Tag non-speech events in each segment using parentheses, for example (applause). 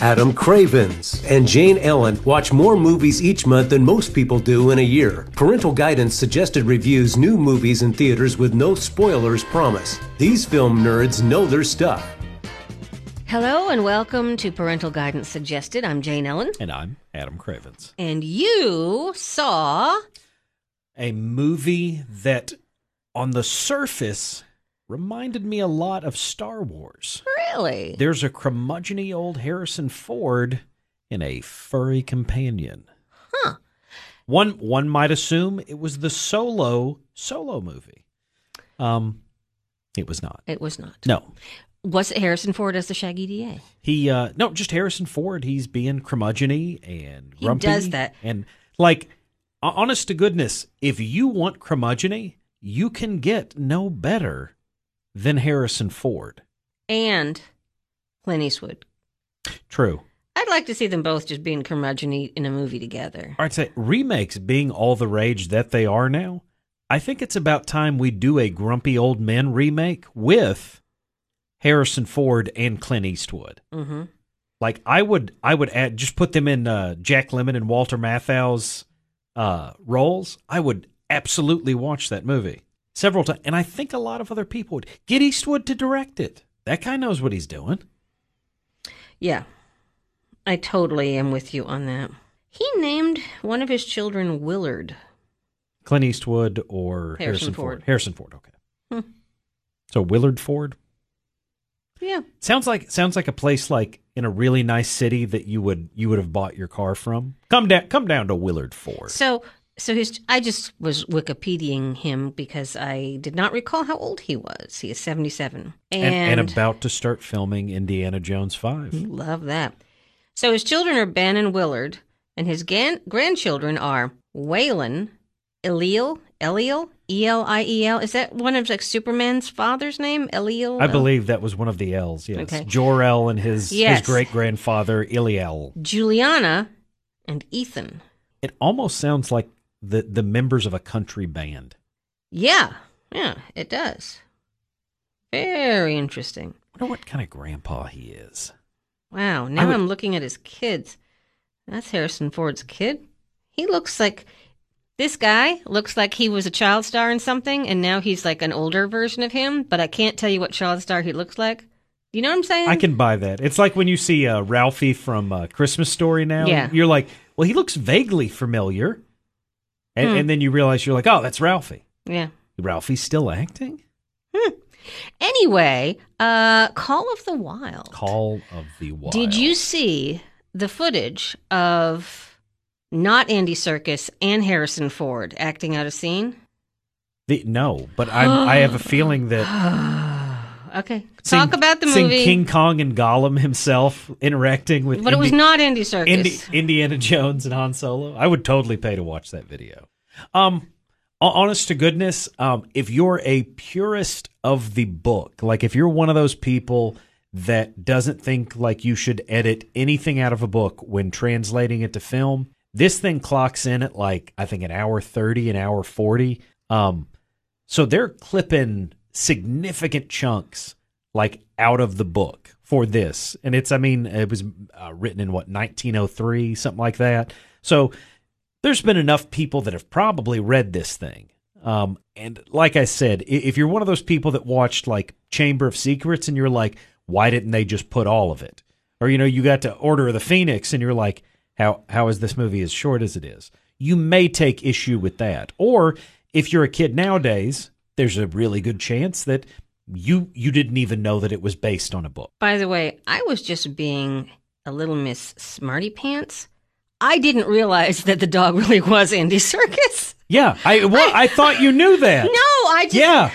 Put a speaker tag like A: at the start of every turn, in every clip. A: Adam Cravens, and Jane Ellen watch more movies each month than most people do in a year. Parental guidance suggested reviews new movies in theaters with no spoilers promise. These film nerds know their stuff.
B: Hello and welcome to Parental Guidance Suggested. I'm Jane Ellen.
C: And I'm Adam Cravens.
B: And you saw.
C: A movie that, on the surface, reminded me a lot of Star Wars.
B: Really?
C: There's a curmudgeony old Harrison Ford in a furry companion.
B: Huh.
C: One one might assume it was the solo solo movie. Um, it was not.
B: It was not.
C: No,
B: Was it Harrison Ford as the Shaggy DA?
C: He uh no, just Harrison Ford. He's being curmudgeony and
B: He
C: grumpy.
B: does that.
C: and like ho- honest to goodness, if you want curmudgeony, you can get no better than Harrison Ford.
B: And Clint Eastwood.
C: True.
B: I'd like to see them both just being curmudgeon in a movie together.
C: I'd say remakes being all the rage that they are now. I think it's about time we do a grumpy old men remake with Harrison Ford and Clint Eastwood.
B: Mm-hmm.
C: like I would I would add just put them in uh, Jack Lemon and Walter Matthau's uh, roles. I would absolutely watch that movie several times, and I think a lot of other people would get Eastwood to direct it. That guy knows what he's doing.
B: Yeah. I totally am with you on that. He named one of his children Willard.
C: Clint Eastwood or
B: Harrison
C: Harrison, Ford.
B: Ford.
C: Harrison Ford. Okay.
B: Hmm.
C: So Willard Ford
B: Yeah.
C: sounds like sounds like a place like in a really nice city that you would you would have bought your car from. Come down come down to Willard Ford.
B: So so his I just was Wikipediaing him because I did not recall how old he was. He is seventy seven.
C: and, and Hmm. about to start filming Indiana Jones 5.
B: Love that. So his children are Ben and Willard, and his gan- grandchildren are Waylon, Eliel, Eliel, E L I E L. Is that one of like Superman's father's name? Eliel.
C: I believe that was one of the L's. Yes,
B: Okay.
C: Jor-El and his
B: Yes.
C: his great grandfather Iliel.
B: Juliana and Ethan.
C: It almost sounds like the the members of a country band.
B: Yeah, yeah, it does. Very interesting.
C: wonder what kind of grandpa he is.
B: Wow. Now
C: would-
B: I'm looking at his kids. That's Harrison Ford's kid. He looks like this guy looks like he was a child star in something, and now he's like an older version of him. But I can't tell you what child star he looks like. You know what I'm saying?
C: I can buy that. It's like when you see uh, Ralphie from uh, Christmas Story now.
B: Yeah.
C: You're like, well, he looks vaguely familiar, and,
B: Hmm.
C: and then you realize you're like, oh, that's Ralphie.
B: Yeah.
C: Ralphie's still acting.
B: Anyway, uh, Call of the Wild.
C: Call of the Wild.
B: Did you see the footage of not Andy Circus and Harrison Ford acting out a
C: (sighs)
B: scene?
C: The, no, but I'm, I have a feeling that
B: Okay,
C: Sing-
B: talk about the
C: seeing
B: movie.
C: King Kong and Gollum himself interacting with
B: but it was
C: Indi-
B: not Andy Circus.
C: Indi- Indiana Jones and Han Solo. I would totally pay to watch that video. Um, ho- honest to goodness, um, if you're a purist of the book, like if you're one of those people that doesn't think like you should edit anything out of a book when translating it to film, this thing clocks in at like I think an hour thirty, an hour forty. Um, so they're clipping significant chunks like out of the book for this. And it's, I mean, it was uh, written in what, 1903, something like that. So there's been enough people that have probably read this thing. Um, and like I said, i- if you're one of those people that watched like Chamber of Secrets and you're like, why didn't they just put all of it? Or, you know, you got to Order of the Phoenix and you're like, how, how is this movie as short as it is? You may take issue with that. Or if you're a kid nowadays, there's a really good chance that you you didn't even know that it was based on a book.
B: By the way, I was just being a little Miss Smarty Pants. I didn't realize that the dog (laughs) really was Andy Circus.
C: Yeah, I well, I thought you knew that.
B: (laughs) No, I just
C: Yeah.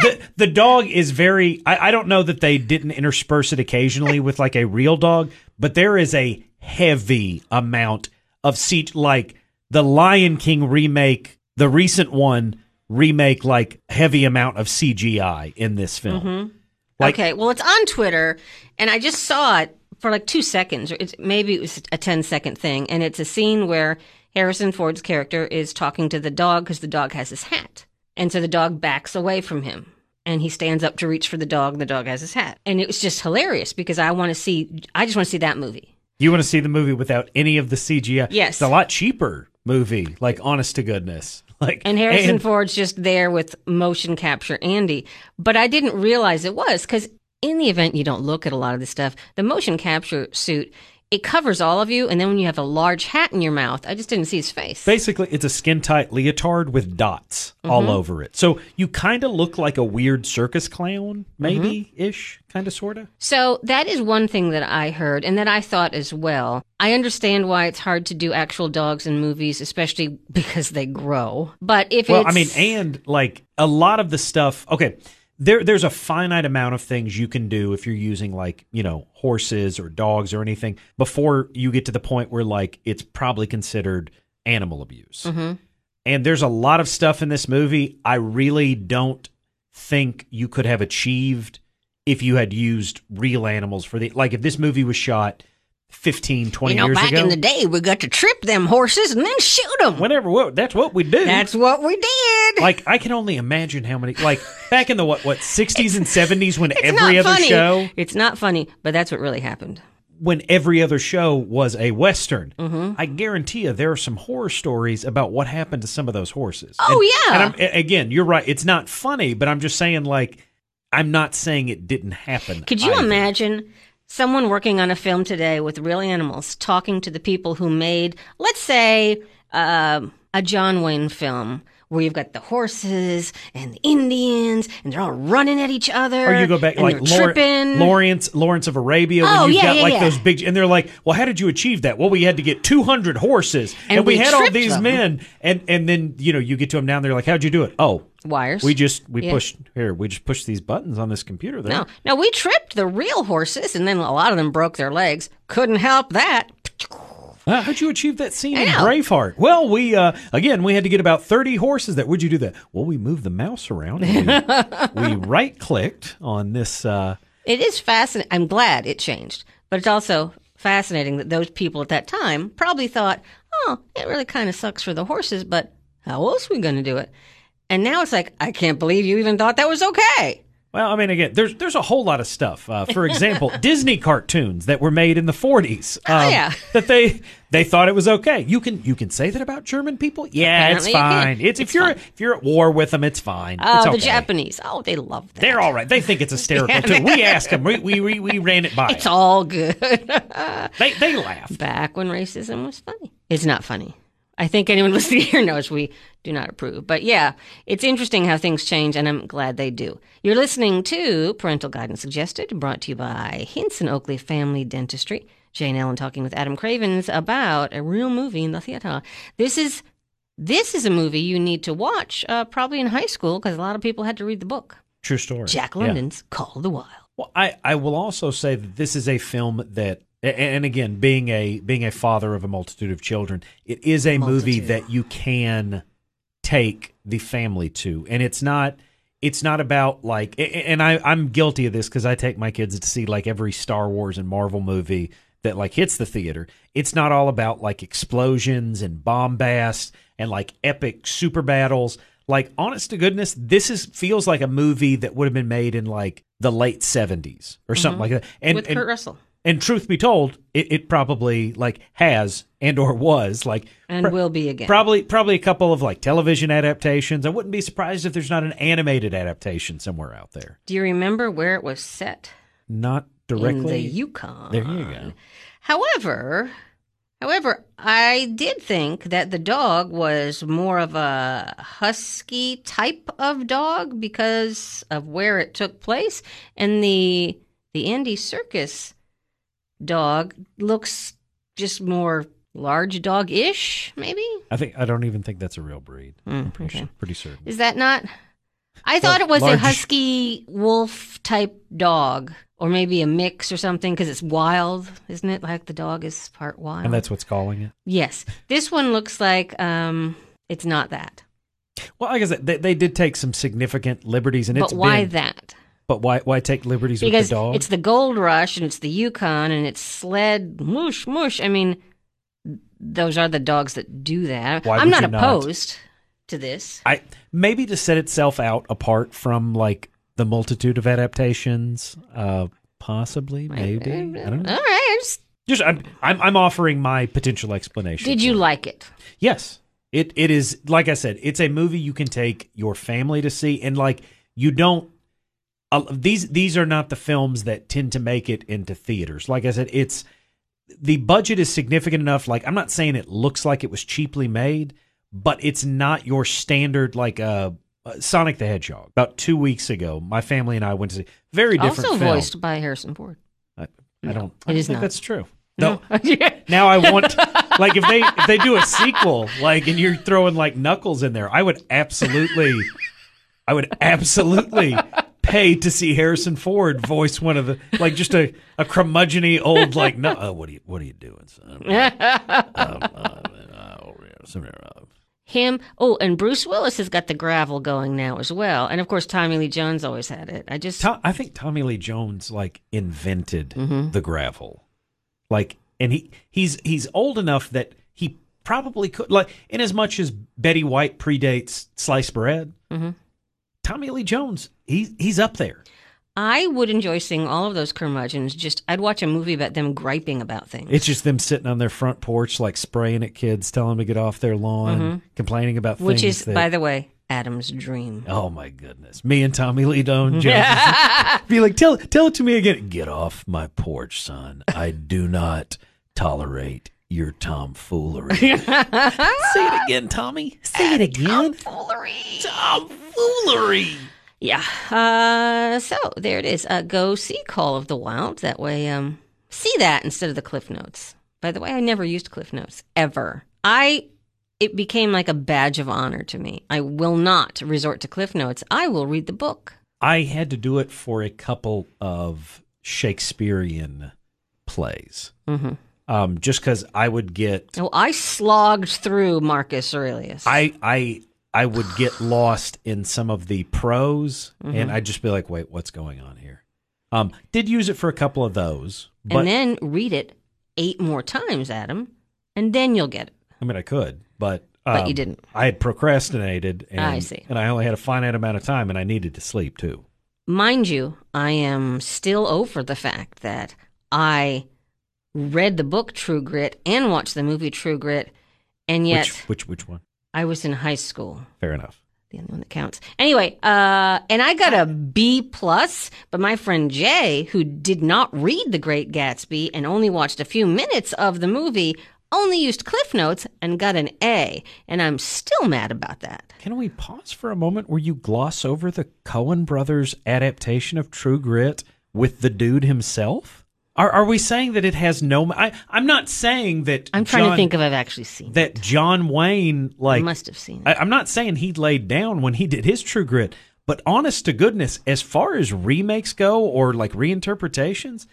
C: the the dog is very I, I don't know that they didn't intersperse it occasionally with like a real dog, but there is a heavy amount of seat like the Lion King remake, the recent one remake like heavy amount of CGI in this film.
B: Mm-hmm.
C: Like-
B: okay. Well, it's on Twitter, and I just saw it for like two seconds. or It's, maybe it was a 10 second thing, and it's a scene where Harrison Ford's character is talking to the dog because the dog has his hat, and so the dog backs away from him, and he stands up to reach for the dog and the dog has his hat and it was just hilarious because i want to see i just want to see that movie
C: You want to see the movie without any of the CGI?
B: Yes.
C: It's a lot cheaper movie, like honest to goodness. Like
B: and harrison
C: and-
B: ford's just there with motion capture andy but i didn't realize it was because in the event you don't look at a lot of this stuff the motion capture suit it covers all of you and then when you have a large hat in your mouth i just didn't see his face
C: Basically, it's a skin tight leotard with dots all over it. So you kind of look like a weird circus clown, maybe ish, kind of, sort of.
B: So that is one thing that I heard and that I thought as well. I understand why it's hard to do actual dogs in movies, especially (laughs) because they grow. But if
C: Well,
B: it's
C: I mean, and like a lot of the stuff. Okay, there there's a finite amount of things you can do if you're using like you know horses or dogs or anything before you get to the point where like it's probably considered animal abuse.
B: Mm-hmm.
C: And there's a lot of stuff in this movie I really don't think you could have achieved if you had used real animals for the like if this movie was shot 15 20
B: you know,
C: years
B: back
C: ago
B: in the day, we got to trip them horses and then shoot them.
C: whenever well, that's what we do
B: That's what we did.
C: (laughs) like I can only imagine how many like back in the what what 60s and 70s when
B: It's
C: every
B: not
C: other
B: funny.
C: show
B: It's not funny, but that's what really happened.
C: when every other show was a western
B: Mm-hmm.
C: I guarantee you there are some horror stories about what happened to some of those horses.
B: Oh, yeah.
C: And I'm, a- again, you're right. It's not funny, but I'm just saying like I'm not saying it didn't happen.
B: Could you
C: either.
B: imagine someone working on a film today with real animals talking to the people who made, let's say, um a John Wayne film where you've got the horses and the Indians and they're all running at each other?
C: Or you go back
B: and
C: like
B: they're
C: Lawre-
B: tripping.
C: Lawrence Lawrence of Arabia when
B: Oh,
C: you've
B: yeah,
C: got
B: yeah,
C: like
B: yeah.
C: those big and they're like, Well, how did you achieve that? Well, we had to get two hundred horses
B: And
C: we,
B: we
C: had all
B: tripped
C: these
B: them.
C: men and and then you know, you get to them now and they're like, How'd you do it? Oh,
B: Wires.
C: we just we
B: Yeah.
C: pushed here, we just pushed these buttons on this computer there.
B: no, no, we tripped the real horses and then a lot of them broke their legs. Couldn't help that.
C: Uh, how'd you achieve that scene in
B: I know.
C: Braveheart? Well, we uh, again we had to get about thirty horses. That would you do that? Well, we moved the mouse around. and
B: (laughs)
C: We, right clicked on this. Uh,
B: It is fascinating. I'm glad it changed, but it's also fascinating that those people at that time probably thought, "Oh, it really kind of sucks for the horses, but how else we going to do it?" And now it's like, I can't believe you even thought that was okay.
C: Well, I mean, again, there's there's a whole lot of stuff. Uh,
B: (laughs)
C: for example, Disney cartoons that were made in the 40s. um,
B: Oh, yeah.
C: that they they thought it was okay. You can you can say that about German people.
B: Apparently you
C: Yeah, it's
B: can.
C: fine. It's, if you're if you're at war with them, it's fine.
B: Oh,
C: it's
B: the
C: okay.
B: Japanese. Oh, they love that.
C: They're all right. They think it's hysterical too. We asked them. We we we, we ran it by.
B: it's all good.
C: They they laughed.
B: Back when racism was funny, it's not funny. I think anyone (laughs) listening here knows we do not approve. But yeah, it's interesting how things change, and I'm glad they do. You're listening to Parental Guidance Suggested, brought to you by Hinson Oakley Family Dentistry. Jane Allen talking with Adam Cravens about a real movie in the theater. This is this is a movie you need to watch uh, probably in high school because a lot of people had to read the book.
C: True story.
B: Jack
C: Yeah.
B: London's Call of the Wild.
C: Well, I, I will also say that this is a film that, a- and again, being a being a father of a multitude of children, it is a movie
B: Multitude.
C: that you can take the family to, and it's not it's not about like, a- a- and I I'm guilty of this because I take my kids to see like every Star Wars and Marvel movie that like hits the theater. It's not all about like explosions and bombast and like epic super battles. Like honest to goodness, this is feels like a movie that would have been made in like the late seventies or something like that. And
B: Mm-hmm. with
C: and,
B: Kurt Russell
C: and truth be told, it, it probably like has and or was like
B: and will be again.
C: Probably, probably a couple of like television adaptations. I wouldn't be surprised if there's not an animated adaptation somewhere out there.
B: do you remember where it was set?
C: Not
B: in
C: directly.
B: the Yukon.
C: There you go.
B: However, however, I did think that the dog was more of a husky type of dog because of where it took place, and the the Andy Circus dog looks just more large dog ish. Maybe
C: I think I don't even think that's a real breed.
B: Mm,
C: I'm pretty,
B: okay.
C: sure, pretty certain.
B: is that not? I thought it was
C: large-
B: a husky wolf type dog, or maybe a mix or something, because it's wild, isn't it? Like the dog is part wild.
C: And that's what's calling it.
B: Yes. This one looks like um it's not that.
C: Well, like I said, they, they did take some significant liberties, and
B: but
C: it's
B: why
C: been,
B: that?
C: But why why take liberties
B: Because
C: with the dog?
B: it's the gold rush and it's the Yukon and it's sled moosh moosh. I mean those are the dogs that do that.
C: Why
B: I'm
C: would
B: not
C: you not?
B: opposed to this.
C: I maybe to set itself out apart from like the multitude of adaptations. Uh, possibly, maybe. I don't know.
B: All right. I just,
C: Just I'm, I'm I'm offering my potential explanation.
B: did you
C: for it.
B: like it?
C: Yes. It it is like I said, it's a movie you can take your family to see and like you don't uh, these these are not the films that tend to make it into theaters. Like I said, it's the budget is significant enough like I'm not saying it looks like it was cheaply made, but it's not your standard like uh uh, Sonic the Hedgehog. About two weeks ago, my family and I went to see very different
B: Also
C: film.
B: voiced by Harrison Ford. (laughs)
C: I, I don't.
B: it
C: I don't
B: is
C: think
B: not.
C: that's true. no,
B: Yeah.
C: now I want like if they if they do a sequel like and you're throwing like Knuckles in there, I would absolutely I would absolutely pay to see Harrison Ford voice one of the like just a a curmudgeony old like no uh, what are you what are you doing son?
B: (laughs) Him. Oh, and Bruce Willis has got the gravel going now as well. And of course, Tommy Lee Jones always had it. I just.
C: To- I think Tommy Lee Jones like invented
B: Mm-hmm.
C: the gravel, like, and he he's he's old enough that he probably could like, in as much as Betty White predates sliced bread,
B: Mm-hmm.
C: Tommy Lee Jones he he's up there.
B: I would enjoy seeing all of those curmudgeons. Just, I'd watch a movie about them griping about things.
C: It's just them sitting on their front porch, like spraying at kids, telling them to get off their lawn, complaining about
B: Mm-hmm. which
C: things
B: is,
C: that-
B: by the way, Adam's dream.
C: Oh my goodness! Me and Tommy Lee
B: Mm-hmm. (laughs)
C: Jones be like, tell tell it to me again. Get off my porch, son. I do not tolerate your (laughs) tomfoolery. Say it again, Tommy. Say it again.
B: Foolery.
C: Tomfoolery.
B: Yeah. Uh, so there it is. Uh, go see Call of the Wild. That way, um, see that instead of the Cliff Notes. By the way, I never used Cliff Notes ever. I it became like a badge of honor to me. I will not resort to Cliff Notes. I will read the book.
C: I had to do it for a couple of Shakespearean plays, um, just because I would get
B: Mm-hmm. Oh, I slogged through Marcus Aurelius.
C: I I I would get lost in some of the prose, and I'd just be like, "Wait, what's going on here?" Um, did use it for a couple of those, but
B: and then read it eight more times, Adam, and then you'll get it.
C: I mean, I could, but um,
B: But you didn't.
C: I had procrastinated, and
B: I see.
C: and I only had a finite amount of time, and I needed to sleep too.
B: mind you, I am still over the fact that I read the book True Grit and watched the movie True Grit, and yet
C: Which which which one?
B: I was in high school.
C: Fair enough.
B: The only one that counts. Anyway, uh, and I got a B plus, but my friend Jay, who did not read The Great Gatsby and only watched a few minutes of the movie, only used Cliff Notes and got an A, and I'm still mad about that.
C: Can we pause for a moment where you gloss over the Cohen brothers adaptation of True Grit with the dude himself? Are are we saying that it has no? I I'm not saying that.
B: I'm trying to
C: John-
B: think if I've actually seen it.
C: that John Wayne
B: I
C: like
B: must have seen it.
C: I, I'm not saying he laid down when he did his True Grit, but honest to goodness, as far as remakes go or like reinterpretations,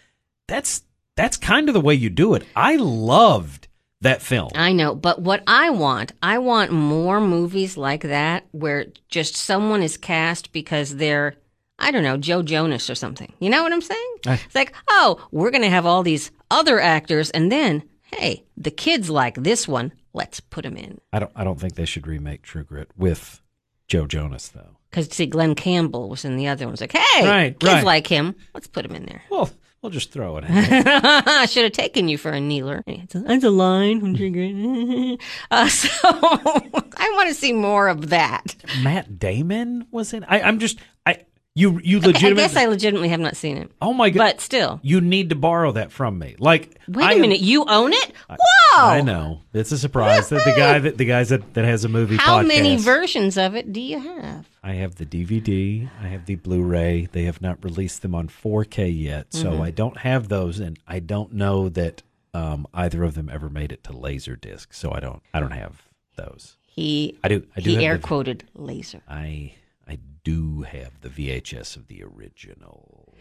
C: that's that's kind of the way you do it. I loved that film.
B: I know, but what I want, I want more movies like that where just someone is cast because they're, I don't know, Joe Jonas or something. You know what I'm saying? it's like, oh, we're going to have all these other actors, and then, hey, the kids like this one. Let's put them in.
C: I don't I don't think they should remake True Grit with Joe Jonas though.
B: Because, see, Glenn Campbell was in the other one. It's like, hey,
C: Right,
B: kids
C: right.
B: like him. Let's put him in there. (laughs)
C: Well, we'll just throw it. (laughs) in.
B: I should have taken you for a kneeler. That's a, that's a line (laughs) from True Grit. uh, so (laughs) I want to see more of that.
C: Matt Damon was in. I, I'm just I you you
B: Okay, I
C: legitimately.
B: guess I legitimately have not seen it.
C: oh my god!
B: But still.
C: you need to borrow that from me. Like
B: Wait
C: I
B: a
C: am-
B: minute, you own it? Whoa!
C: I know it's a surprise that the guy that the guys that, that has a movie.
B: How many
C: podcast-
B: versions of it do you have?
C: I have the DVD. I have the Blu-ray. They have not released them on 4K yet, so I don't have those, and I don't know that um, either of them ever made it to Laserdisc. So I don't. I don't have those.
B: He
C: I do. I do.
B: he
C: have
B: air
C: the,
B: quoted laser
C: I I do have the VHS of the original.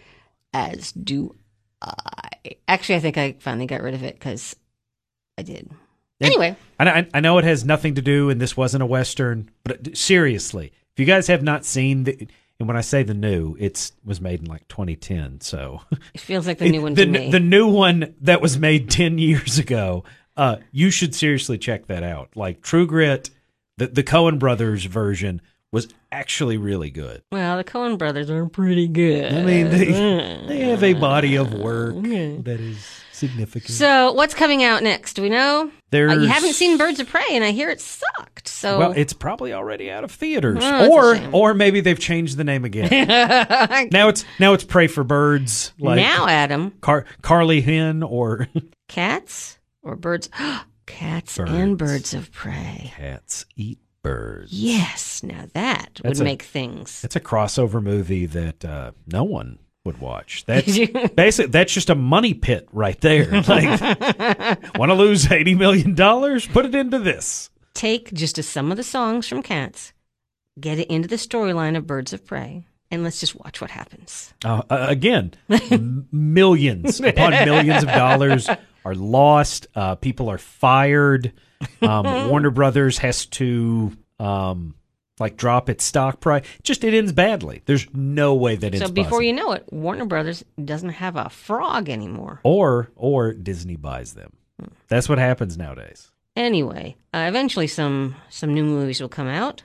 B: as do I. Actually, I think I finally got rid of it cuz I did. Anyway,
C: I, I, I know it has nothing to do, and this wasn't a western, but it- seriously, if you guys have not seen the, and when I say the new, it's was made in like 2010, so (laughs)
B: it feels like the new one
C: the,
B: to me.
C: the new one that was made 10 years ago, uh, you should seriously check that out. Like True Grit, the the Cohen brothers version was actually really good.
B: Well, the Coen brothers are pretty good.
C: I mean, they,
B: Mm.
C: they have a body of work
B: Okay.
C: that is
B: (laughs)
C: significant.
B: So, what's coming out next? Do we know? Uh,
C: There's,
B: you haven't seen Birds of Prey, and I hear it sucked. So,
C: Well, it's probably already out of theaters,
B: Oh, that's a
C: or
B: shame.
C: or maybe they've changed the
B: (laughs)
C: name again. now it's now it's Pray for Birds, (laughs) like
B: now, Adam,
C: Car- Carly Hen or (laughs)
B: cats or birds? (gasps) cats and
C: Birds.
B: Birds of Prey.
C: Cats Eat Birds.
B: Yes. Now that would
C: That's a-
B: make things.
C: It's a crossover movie that uh, no one would
B: (laughs)
C: watch. That's
B: Did you-
C: basically that's just a money pit right there.
B: (laughs)
C: Like, want to lose eighty million dollars? Put it into this.
B: Take just a, some of the songs from Cats, get it into the storyline of Birds of Prey, and let's just watch what happens.
C: Uh, uh, again, m-
B: (laughs)
C: millions upon millions of dollars are lost. Uh, people are fired.
B: (laughs)
C: Um, Warner Brothers has to um, like drop its stock price. Just it ends badly. There's no way that it's
B: so, before
C: possible.
B: you know it, Warner Brothers doesn't have a frog anymore.
C: or or Disney buys them. That's what happens nowadays.
B: Anyway, uh, eventually some some new movies will come out,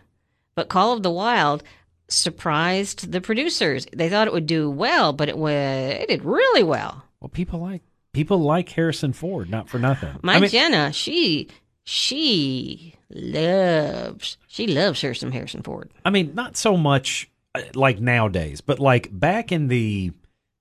B: but Call of the Wild surprised the producers. They thought it would do well, but it wa it did really well.
C: Well, people like people like Harrison Ford, not for nothing.
B: My
C: I mean,
B: Jenna, she she loves she loves her some Harrison Ford.
C: I mean, not so much uh, like nowadays, but like back in the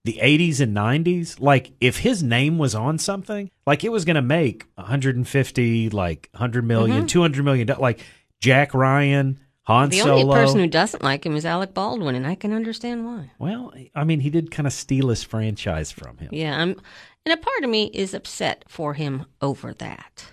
C: the 80s and 90s, like if his name was on something, like it was going to make 150, like 100 million, 200 million, do- like Jack Ryan, Han
B: Mm-hmm. The
C: Solo.
B: only person who doesn't like him is Alec Baldwin, and I can understand why.
C: well, I mean, he did kind of steal his franchise from him.
B: Yeah, I'm, and a part of me is upset for him over that.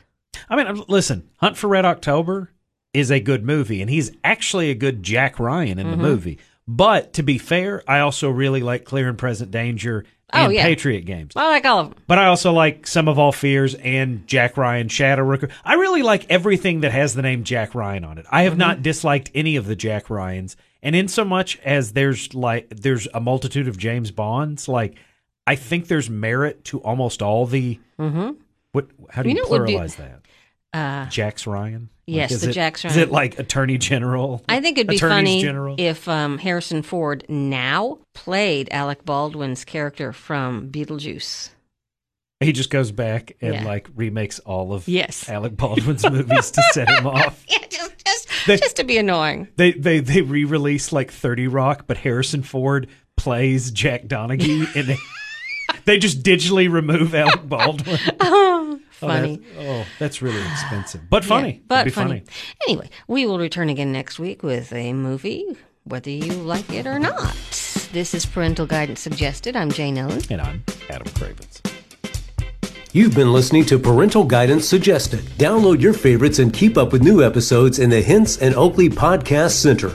C: I mean, I'm- listen, Hunt for Red October is a good movie, and he's actually a good Jack Ryan
B: Mm-hmm.
C: in the movie. But to be fair, I also really like Clear and Present Danger
B: Oh,
C: and
B: yeah.
C: Patriot Games.
B: I like all of them.
C: But I also like Some of All Fears and Jack Ryan Shadow Recruit. I really like everything that has the name Jack Ryan on it. I have
B: Mm-hmm.
C: not disliked any of the Jack Ryans. And in so much as there's like there's a multitude of James Bonds, like I think there's merit to almost all the what how do you,
B: Mm-hmm. You know what would be-
C: pluralize that?
B: Uh,
C: Jack's Ryan?
B: Yes,
C: is
B: the
C: it-
B: Jack's
C: Is
B: Ryan.
C: it like Attorney General?
B: I think it'd be
C: Attorneys
B: funny
C: General?
B: if um, Harrison Ford now played Alec Baldwin's character from Beetlejuice. (laughs)
C: He just goes back and
B: Yeah.
C: like remakes all of
B: Yes.
C: Alec Baldwin's movies to set
B: (laughs)
C: him off.
B: Yeah, just just,
C: They-
B: just to be annoying.
C: They they they re-release like Thirty Rock, but Harrison Ford plays Jack Donaghy, and (laughs) they, they just digitally remove Alec Baldwin.
B: (laughs) funny.
C: Oh, that's, oh, that's really expensive, but funny.
B: Yeah, but
C: It'd be
B: funny. Anyway, we will return again next week with a movie, whether you like it or not. This is Parental Guidance Suggested. I'm Jane Ellen.
C: And I'm Adam Cravens.
A: You've been listening to Parental Guidance Suggested. Download your favorites and keep up with new episodes in the Hints and Oakley Podcast Center.